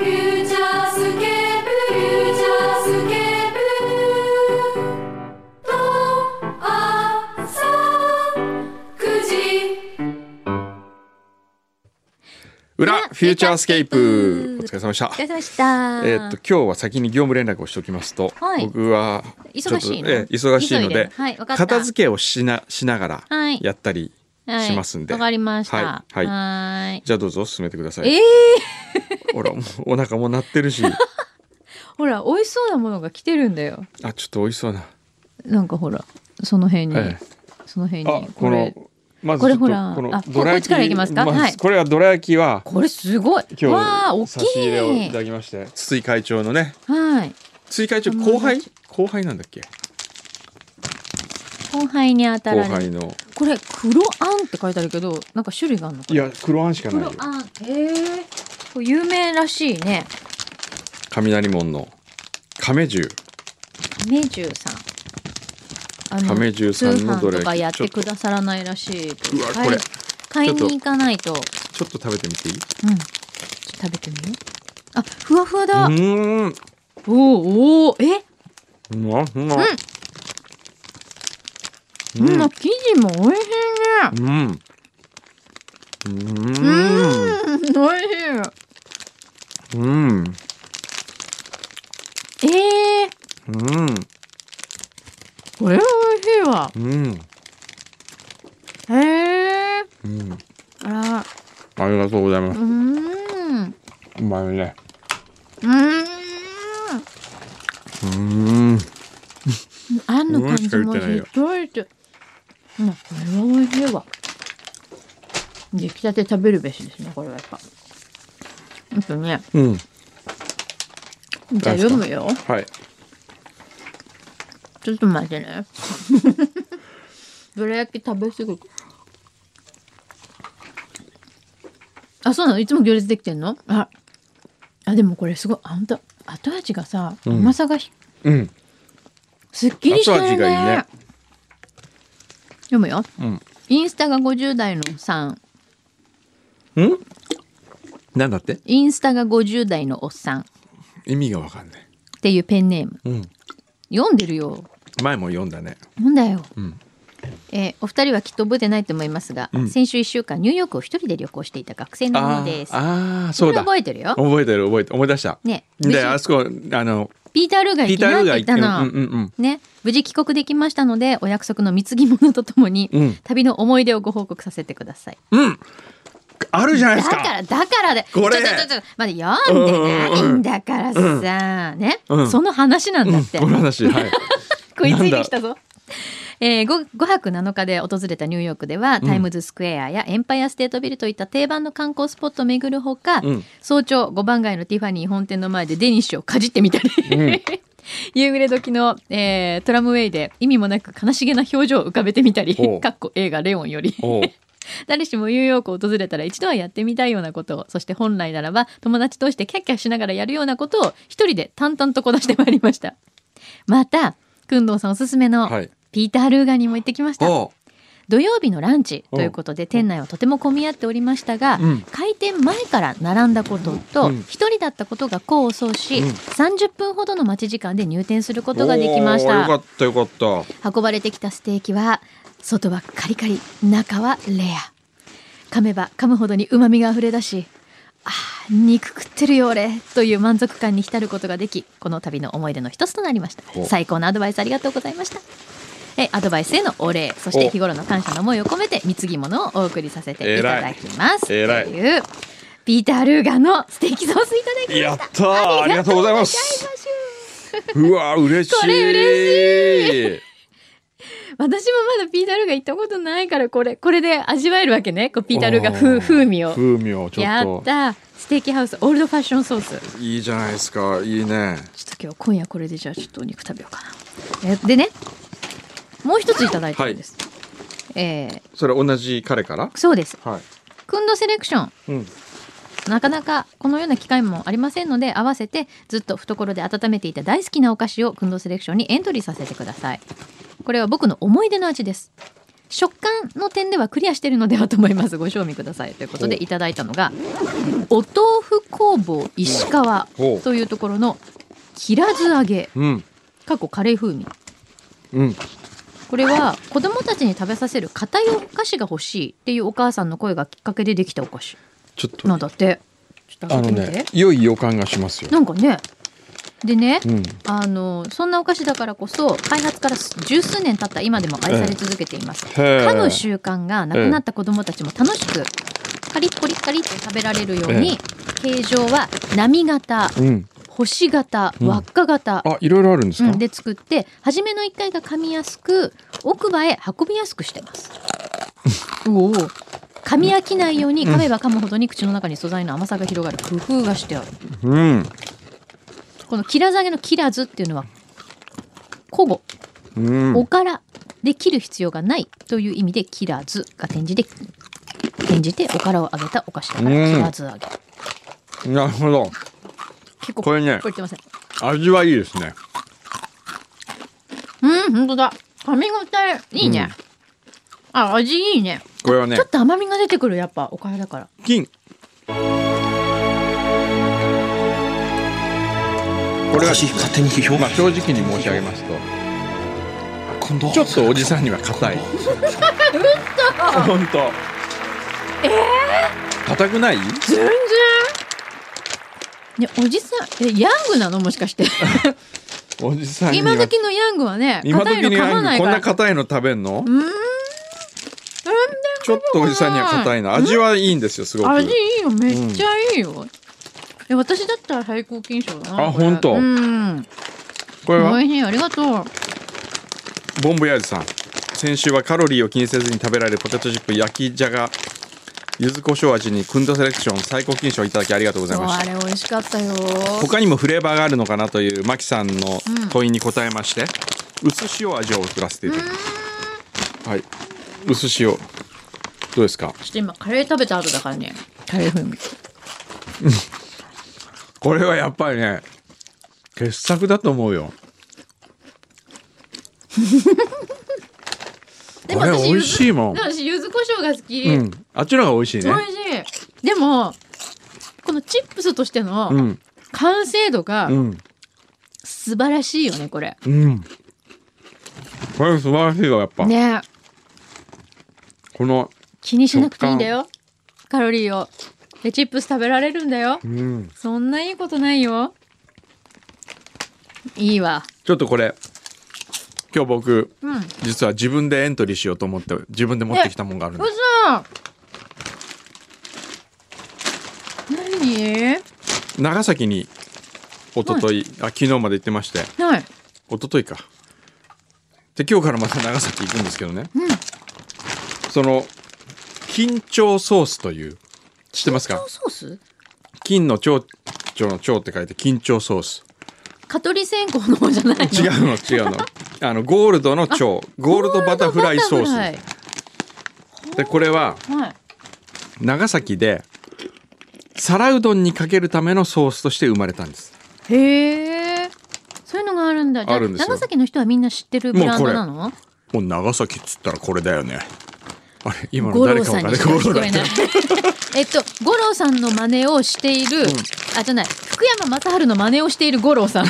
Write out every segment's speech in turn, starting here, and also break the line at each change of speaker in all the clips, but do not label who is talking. フューチャースケープフューチャースケープと朝9時
裏フューチャースケープお疲れ様でした。
疲れ様でした。
えっと今日は先に業務連絡をしておきますと、
はい
僕はちょっと
忙しいの
ええ忙しいの
急いで
で
る、はいわかった
片付けをしなしながら
はい
やったり
はい
しますんで、
わかりました。
はいはい
ーい
じゃあどうぞ進めてください。
ええ
ほらもうお腹も鳴ってる し、
ほら、美味しそうなものが来てるんだよ。
あちょっと美味しそうな。
なんかほら、その辺に、
ええ
その辺
あ
に。
こ
こ
の
れ、
まず
こ
ちょ
れ
っと
ほら
この
あ
どら
こっ
焼
ち
き
からいきますか
まず
はい
これはどら焼きは
これすごい。わあ、
今
大
日差し入れをい
きい
た。だきまして、筒井会長のね、
はい。
筒井会長後輩後輩なんだっけ？
後輩に当た
後
られ
輩
る。
の
これ、黒あんって書いてあるけど、なんか種類があるのか
いや黒あんしかない
黒
よ。
あん。へえ。これ有名らしいね。
雷門の亀十。
亀十さん。あ
亀十さんのどれ
通販とかやってくださらないらしいけ
う
ど。
わ
買い
これ
買い
ちょっと
に行かないと。
ちょっと食べてみていい
うん。ちょっと食べてみよう。あ、ふわふわだ。
うーん
おおおーえ、
うまうまう
うんん、生地も美味しいね。
うんうー
う
ん
ーん、美味し
うん
い。えー、
うん
これは美味しいわ。
うん
へえ。
うん
あら、
ありがとうございま
う
す
ーん、う
うまいね
ー
う
ん。
ーん
あんの感じ
うん
も
しか言ってない
し
よ
っとりと。うん、これは美味しいわ。出来たて食べるべしですね、これはやっぱ。あとね、
うん
じゃあ
大丈夫
読むよ。
はい
ちょっと待っ てね。どら焼き食べすぎあ、そうなのいつも行列できてんのあ、あ、でもこれすごい。あんた、後味がさ、
うん
甘さがひ、
うん
すっきりしてるね。
後味がいいね
読むよ。
うん
インスタが50代のさん。
うんなんだって
インスタが50代のおっさんっ
意味がわかんない
ていうペンネーム。
うん
読んでるよ。
前も読んだね
なんだよ。
うん
えーお二人はきっと覚えてないと思いますが、
うん
先週1週間ニューヨークを一人で旅行していた学生のもの
あ
で
ー
す。
あーそうだ
みんな覚えてるよ。
覚えてる覚えて思い出した
ね無
で
事
あそこあの
ピーター・ルーが
ピー
行き
ター
な
ル
っ
ー
て
が
言ったの。
うんうん
ね、無事帰国できましたのでお約束の貢ぎ物とともに、
うん
旅の思い出をご報告させてください。
うんうんあるじゃないで
だ
すか
からだからで
これ
ちょちょちょちょ待って読んでないんだからさ、ね、
うん
その話なんだって、
うん、この話 はい
食いついてきたぞ。えー、5, 泊7日で訪れたニューヨークでは、タイムズスクエアやエンパイアステートビルといった定番の観光スポットを巡るほか、
うん
早朝5番街のティファニー本店の前でデニッシュをかじってみたり、
ん
夕暮れ時の、えートラムウェイで意味もなく悲しげな表情を浮かべてみたり
おう
かっこ映画「レオン」より
おう
誰しもニューヨークを訪れたら一度はやってみたいようなことをそして本来ならば友達同士でキャッキャしながらやるようなことを一人で淡々とこなしてまいりましたまた工藤さんおすすめの
はい
ピーター・ルーガンにも行ってきました、
お
土曜日のランチということで店内はとても混み合っておりましたが、
うん
開店前から並んだことと
うん
一人だったことが功を奏し、
うん
30分ほどの待ち時間で入店することができまし
おーよか
た
ったよかった
運ばれてきたステーキは外はカリカリ中はレア噛めば噛むほどにうまみがあふれ出しあー肉食ってるよ俺という満足感に浸ることができこの旅の思い出の一つとなりました
お
最高のアドバイスありがとうございましたえアドバイスへのお礼そして
お
日頃の感謝の思いを込めて貢ぎ物をお送りさせていただきます
えらい
というピーター・ルーガンのステーキソースいただきました
やったーありがとうございます
ありがとうございま
う
す
わ嬉しい
これ
嬉しい
私もまだピータルが行ったことないからこれこれで味わえるわけねこうピータルが
お
風
ー
風味を
風味をち
や
ょっ
っ
と
たステーキハウスオールドファッションソース
いいじゃないですか。いいね。
ちょっと今日今夜これでじゃあちょっとお肉食べようかな。えでね、もう一ついただいたんです。えー
それ同じ彼から。
そうです。
は
くんどセレクション。
い。うん。
なかなかこのような機会もありませんので、合わせてずっと懐で温めていた大好きなお菓子をくんどセレクションにエントリーさせてください。これは僕の思い出の味です。食感の点ではクリアしているのではと思います。ご賞味ください。ということでいただいたのが、お豆腐工房石川
ほう
というところの平津揚げ。
うん。
過去カレー風味
うん。
これは子供たちに食べさせる硬いお菓子が欲しいっていうお母さんの声がきっかけでできたお菓子
ちょっと。
なんだってちょっと
あ
開
の
けてみて、
ね、良い予感がしますよ。
なんかねでね、
うん。
あのそんなお菓子だからこそ開発から十数年経った今でも愛され続けています、
へ
噛む習慣がなくなった子どもたちも楽しくカリッコリッカリって食べられるように形状は波形
うん。
星形輪っか型、
あ、いろいろあるんです
う
か。
ん、で作って初めの1回が噛みやすく奥歯へ運びやすくして ますおお噛み飽きないように噛めば噛むほどに口の中に素材の甘さが広がる工夫がしてある
うん。
このキラザゲのキラズっていうのは古語
うん。
おからで切る必要がないという意味でキラズが転じて転じておからを揚げたお菓子だから
うん
キラズ揚げ
なるほど。
結構
これね
これ言ってません
味はいいですね。
うん本当だ噛み応えいいね、あ味いいね
これはね
ちょっ。と甘みが出てくるやっぱおからだから
金。これは
私勝手に批評
まあ正直に申し上げますと
今度
ちょっとおじさんには硬い本当ええ硬くない
全然ねおじさんえヤングなのもし かして
おじさんには
今時のヤングはね
今
硬いの
時に
噛まない
こ
か
ん
ら
な硬いの食べんの
うーん
ちょっとおじさんには硬いな味はいいんですよすごく
味いいよめっちゃいいよ、え私だったら最高金賞だな
あ
これ
ほんと
うん
これ
美
は
味しいありがとう
ボンボヤージさん先週はカロリーを気にせずに食べられるポテトチップ焼きじゃが柚子胡椒味にクンドセレクション最高金賞いただきありがとうござい
そう
ました
あれ美味しかったよ
他にもフレーバーがあるのかなというマキさんの問いに答えまして、薄塩味を送らせていただきますはい薄塩どうですか
ちょっと今カレー食べた後だからねカレー風味
これはやっぱりね傑作だと思うよ
でも
これ
私
美味しいもん
柚子私柚子胡椒が好き、
うんあっちの方が美味しい
美
ね
味しいでもこのチップスとしての
うん
完成度が
うん
素晴らしいよねこれ
うんこれ素晴らしいわやっぱ、
ね
この
気にしなくていいんだよカロリーをでチップス食べられるんだよ
うん
そんないいことないよいいわ
ちょっとこれ今日僕
うん
実は自分でエントリーしようと思って自分で持ってきたもんがあるん
う
です
そ何
長崎に一昨日、あ昨日まで行ってまして
ない
一昨日かで今日からまた長崎行くんですけどね、その金蝶ソースという知ってますか
ソース
金の蝶々の蝶って書いて金蝶ソース
蚊取り線香の方じゃないの
違うの違うのあのゴールドの蝶ゴールドバタフライソ
ゴ
ー
ルドバタ
スでこれは
フライはい
長崎で皿うどんにかけるためのソースとして生まれたんです
へえ。そういうのがあるんだ。じゃあ
あるんですよ
長崎の人はみんな知ってるブランドなの？
もう長崎っつったらこれだよねあれ今の
五
誰
郎
かわ
さん
かる
にしか聞こえない。 えっと五郎さんの真似をしている、あじゃない福山雅治の真似をしている五郎さん。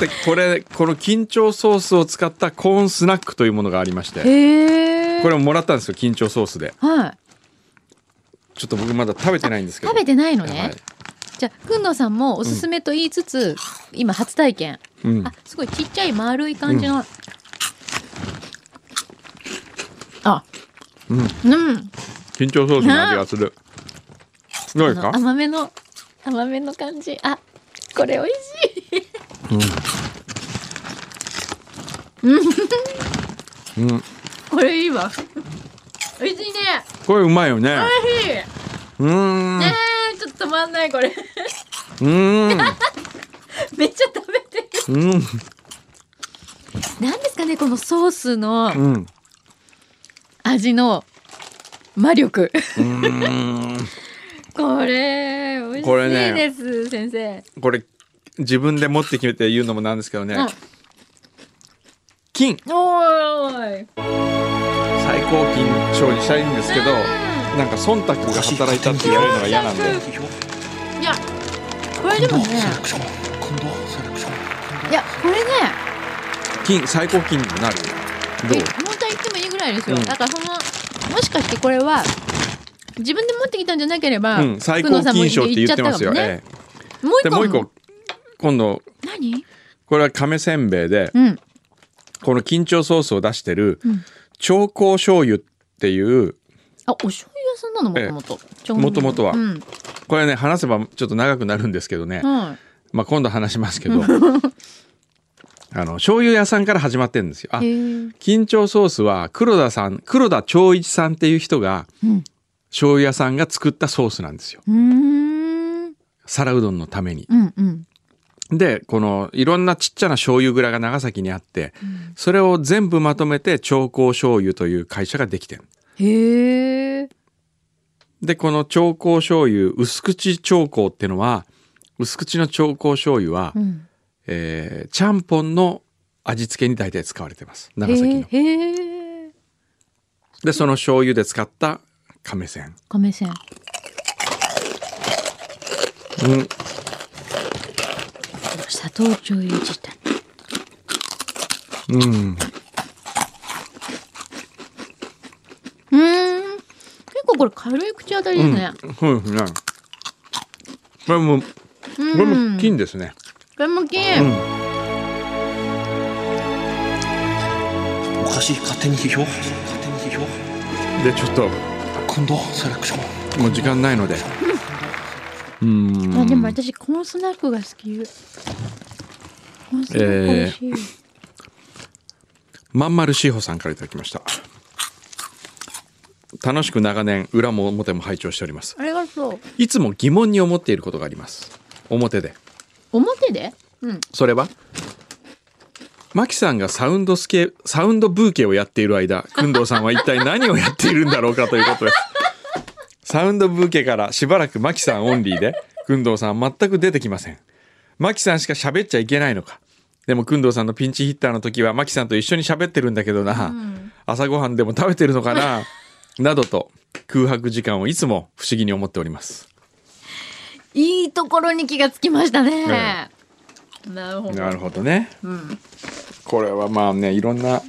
で これこの緊張ソースを使ったコーンスナックというものがありまして
へえ。
これももらったんですよ緊張ソースで
はい。
ちょっと僕まだ食べてないんですけど
食べてないのね。
はい
じゃあくんのさんもおすすめと言いつつ、今初体験。
うん
あすごいちっちゃい丸い感じの。あ。うん
緊張ソースの味がするどうです
あ
か
の甘めの甘めの感じあこれ美味しい
うん
これいいわ美味しいね
これうまいよね
美味しい
うーん。う
えー、ちょっと止まんないこれ
ーん。
めっちゃ食べてる
うん。
何ですかねこのソースの
うん。
味の魔力
うーん。
これ美味し
これね
いです、先生
これ、自分で持って決めて言うのもなんですけどね。金。
おーい
最高金賞にしたいんですけど、なんか忖度が働いたって言われるのが嫌なんで。
いやこれでもねいやこれね
金、最高金になるどう
本当は言ってもいいぐらいですよ、
うん
だからそのもしかしてこれは自分で持ってきたんじゃなければ、
うん、最高金賞って言ってますよ。
久野さんも
え
もう
え、で
一個
もう一個、今度、
何
これは亀せんべいで、
うん
この緊張ソースを出してる
うん
調香醤油っていう
あお醤油屋さんなのもともと
もともとは
うん
これね話せばちょっと長くなるんですけどね、
はい
まあ今度話しますけど あの醤油屋さんから始まってるんですよ。あ
へー
緊張ソースは黒田さん黒田長一さんっていう人が
うん
醤油屋さんが作ったソースなんですよ
うーん
皿うどんのために。
うんうん
でこのいろんなちっちゃな醤油蔵が長崎にあって、それを全部まとめて調香醤油という会社ができてる。
へえ
でこの調香醤油薄口調香っていうのは薄口の調香醤油は、
うん
えーちゃんぽんの味付けに大体使われてます長崎
へ
の
えへえ
でその醤油で使った亀せん
亀線
うん
砂糖醤油自体
うん
うーん結構これ軽い口当たりですね
そうですねこれもこ
うん
れも金ですね
これも金
うん
おかしい勝手に批評勝手に批評
でちょっと
今度セレクション
もう時間ないのでうん
あでも私コーンスナックが好きコーンスナック美味しい、
まんまるしほさんからいただきました楽しく長年裏も表も拝聴しております
ありがとう
いつも疑問に思っていることがあります表で
表でうん
それはマキさんがサウンドスケサウンドブーケをやっている間工藤さんは一体何をやっているんだろうかということですサウンドブーケからしばらくマキさんオンリーで工藤さんは全く出てきませんマキさんしか喋っちゃいけないのかでも工藤さんのピンチヒッターの時はマキさんと一緒に喋ってるんだけどな、朝ごはんでも食べてるのかななどと空白時間をいつも不思議に思っております
いいところに気がつきましたね、
え
なるほど
なるほどね
うん
これはまあねいろんな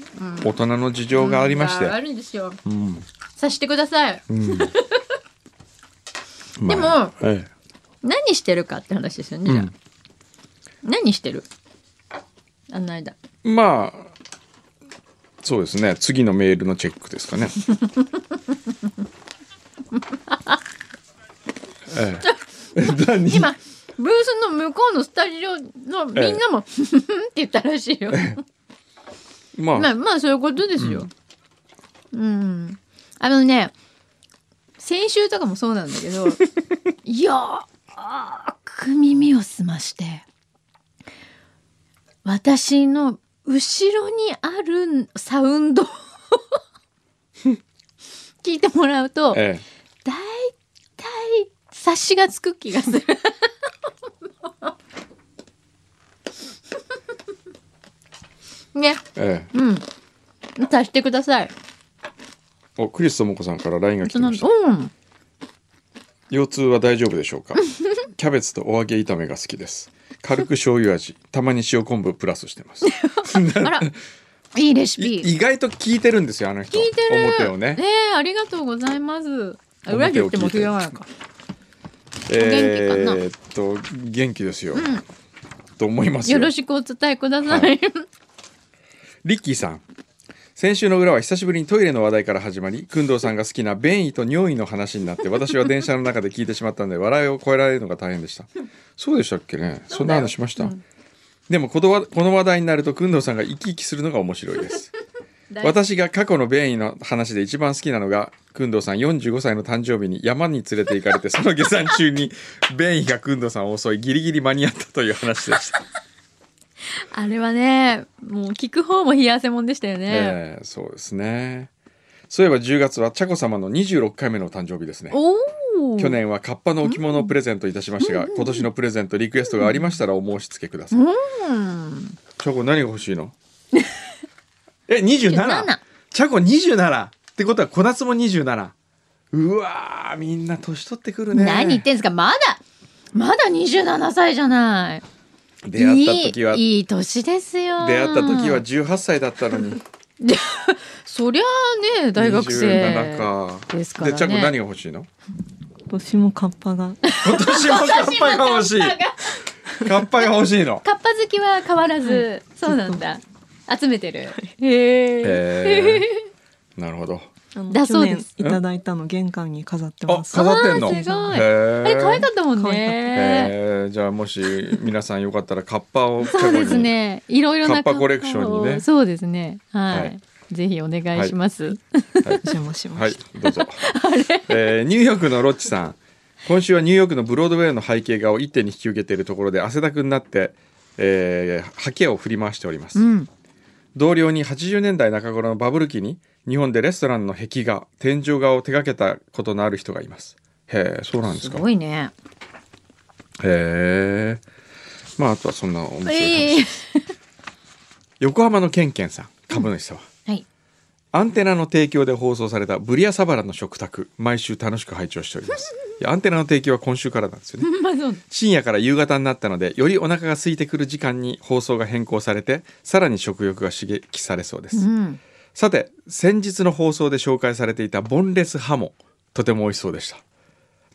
大人の事情がありまして、
うんあるんですよ
うん
察してください
まあえ
何してるかって話ですよね、じゃあ何してるあの間
えまあそうですね次のメールのチェックです かねええ何
今ブースの向こうのスタジオのみんなも「 ふふん」って言ったらしいよ
まあ、
まあまあそういうことですよ。うん。あのね、先週とかもそうなんだけ ど、よーく耳を澄まして、私の後ろにあるサウ ンドを聞いてもらうと、だい
え
たい察しがつく気がす る。ね。
えええ
うん。足してください。
おクリス智子さんから LINE が来て
その
ました
うん。
腰痛は大丈夫でしょう かキャベツとお揚げ炒めが好きです軽く醤油味たまに塩昆布プラスして ます
あら、いいレシ
い
ピ。
意外と聞いてるんですよあの人
聞いてる。
表をね
ええありがとうございます。あ
表を聞いて
裏切っても手柔らか。元気かな
えーっと元気ですよ、と思いますよ
よろしくお伝えください。
はリッキーさん先週の裏は久しぶりにトイレの話題から始まり工藤さんが好きな便意と尿意の話になって私は電車の中で聞いてしまったので笑いを超えられるのが大変でしたそうでしたっけねそんな話しました、でもこのわこの話題になると工藤さんが生き生きするのが面白いです
大
私が過去の便意の話で一番好きなのが工藤さん45歳の誕生日に山に連れて行かれてその下山中に便意が工藤さんを襲いギリギリ間に合ったという話でした、
あれはねもう聞く方も冷や汗もんでしたよね、
ええそうですねそういえば10月は茶子様の26回目の誕生日ですね
おお
去年はカッパの置物をプレゼントいたしましたが、今年のプレゼントリクエストがありましたらお申し付けください、
うん
チャコ何が欲しいの え27
27
チャコ27ってことは小夏も27うわーみんな年取ってくるね
何言ってんすかまだまだ27歳じゃない
出会った時はい
いいい年ですよ
出会った時は18歳だったのに
そりゃあね大学生
27か
ですからね
でチャコ何が欲しいの
年もカッパが
今年もカッパが欲しいカッパが欲しい の
カッパ好きは変わらず、そうなんだ集めてる
へえ
えー、なるほど
だそうです
いただいたの玄関に飾って
あ
ます
飾ってんの
あーすごい
へー
あれ可愛かったもん
可愛かった
ね
えー、じゃあもし皆さんよかったらカッパをチャコ
そう
に
ですねいろいろな
カッパコレクションにね
カッパをそうですねはい、
はい
ぜひお願いします、
お邪魔しま
はい
した、、
どうぞ。えーニューヨークのロッチさん。今週はニューヨークのブロードウェイの背景画を一手に引き受けているところで汗だくになって、えー刷毛を振り回しております、
うん
同僚に80年代中頃のバブル期に日本でレストランの壁画天井画を手掛けたことのある人がいますへえそうなんです
す
か
ごいね
へえまああとはそんな面白い話、
ええ
横浜のケンケンさん株主さんは、
はい
アンテナの提供で放送されたブリアサバラの食卓毎週楽しく拝聴しておりますいやアンテナの提供は今週からなんですよね
まあそう
深夜から夕方になったのでよりお腹が空いてくる時間に放送が変更されてさらに食欲が刺激されそうです、
うん
さて先日の放送で紹介されていたボンレスハモとても美味しそうでした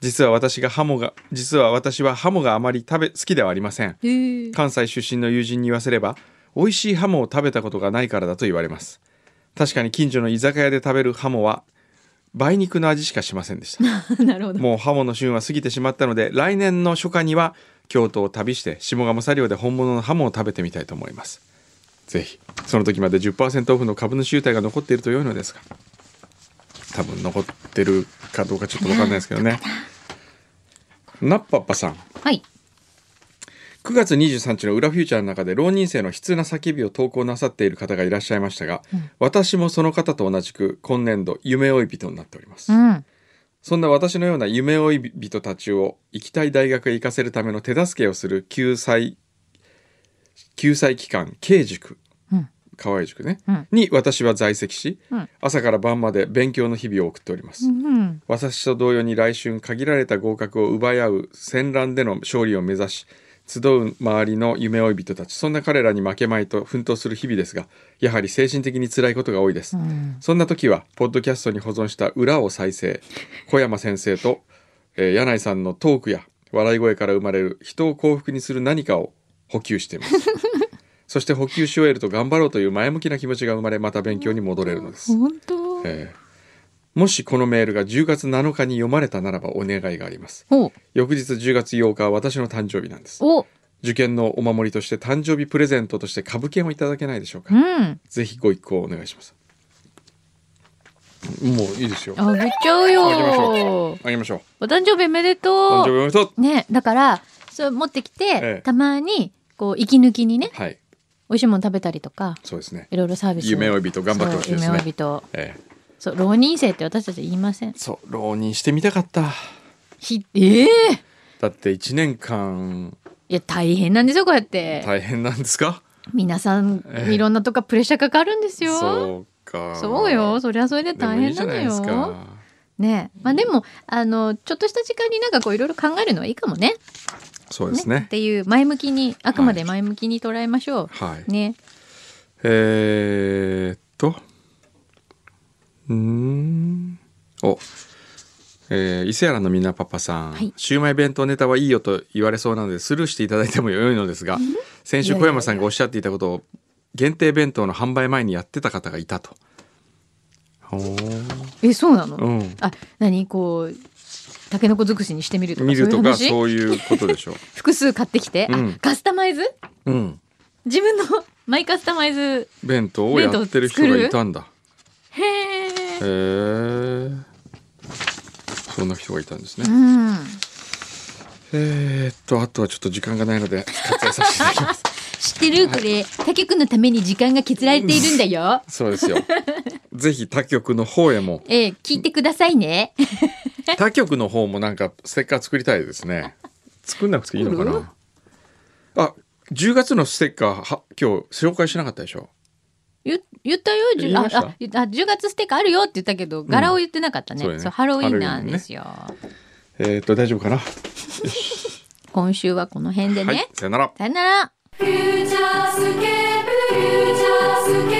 実は私がハモが実は私はハモがあまり食べ好きではありません
えー
関西出身の友人に言わせれば美味しいハモを食べたことがないからだと言われます確かに近所の居酒屋で食べるハモは梅肉の味しかしませんでした
なるほど
もうハモの旬は過ぎてしまったので来年の初夏には京都を旅して下鴨茶寮で本物のハモを食べてみたいと思いますぜひその時まで10%オフの株主優待が残っていると良いのですが多分残ってるかどうかちょっと分かんないですけどねなっぱっぱさん
はい
9月23日の「裏フューチャー」の中で浪人生の悲痛な叫びを投稿なさっている方がいらっしゃいましたが、私もその方と同じく今年度夢追い人になっております、
うん
そんな私のような夢追い人たちを行きたい大学へ行かせるための手助けをする救済救済機関 K 塾、
うん
河合塾ね、
うん
に私は在籍し、
うん
朝から晩まで勉強の日々を送っております、
うん
私と同様に来春限られた合格を奪い合う戦乱での勝利を目指し集う周りの夢追い人たちそんな彼らに負けまいと奮闘する日々ですがやはり精神的に辛いことが多いです、
ん
そんな時はポッドキャストに保存した裏を再生小山先生と、えー柳井さんのトークや笑い声から生まれる人を幸福にする何かを補給していますそして補給し終えると頑張ろうという前向きな気持ちが生まれまた勉強に戻れるのです
本当
えーもしこのメールが10月7日に読まれたならばお願いがあります
お
翌日10月8日は私の誕生日なんです
お
受験のお守りとして誕生日プレゼントとして株券をいただけないでしょう
う
か
ん
ぜひご一行お願いしますもういいですよあ
あげちゃう
あげまし
よ
げましょう
お誕生日おめでと
誕生日おめ
う
でとう
ねだからそれ持ってきて、
ええ
たまにこう息抜きにね
はい
美味しいもの食べたりとか
そうですね
いろいろサービスを
夢追い人頑張ってほしいです
そう
ね
夢追い人
え
そう浪人生って私たち言いません
ーそう浪人してみたかった
ひええ
だって1年間
いや大変なんですよこうやって
大変なんですか
皆さん
ええ
いろんなとこプレッシャーかかるんですよ、
そうか
そうよそりゃそれで
でもい
大
い
変
じ
な
ゃ
の
な
よ
いですか
ねまあでもあのちょっとした時間になんかこういろいろ考えるのはいいかもね
そうですね
っていう前向きにあくまで前向きに捉えましょう、
はい
ね
えー、っとうーんお、えー伊勢原のみなパパさん、
はい
シウマイ弁当ネタはいいよと言われそうなのでスルーしていただいてもよいのですが先週小山さんがおっしゃっていたことを限定弁当の販売前にやってた方がいたと。ほー
えそうなの、
うん
あ何こうタケノコ尽くしにしてみるとか
見るとか
そういう話
そうい うことでしょう。
複数買ってきて、
うん
あカスタマイズ
うん、
自分の マイカスタマイズ
弁当をやってる人がいたんだ
へ
へえそんな人がいたんですね、
うん
えー、っとあとはちょっと時間がないので割愛させていただき ます
知ってるこれ他局のために時間が削られているんだよ
そうですよぜひ他局の方へも
ええ聞いてくださいね
他局の方もなんかステッカー作りたいですね作んなくていいのかなあ10月のステッカーは今日紹介しなかったでしょ
言言ったよじゅ
言いました
ああ言ったあ10月ステッカーあるよって言ったけど柄を言ってなかったね,、
そうだね
そうハロウィンなんですよ、
えー、っと大丈夫かな、
今週はこの辺でね、
はいさよなら
さよなら
フューチャースケープフューチャースケ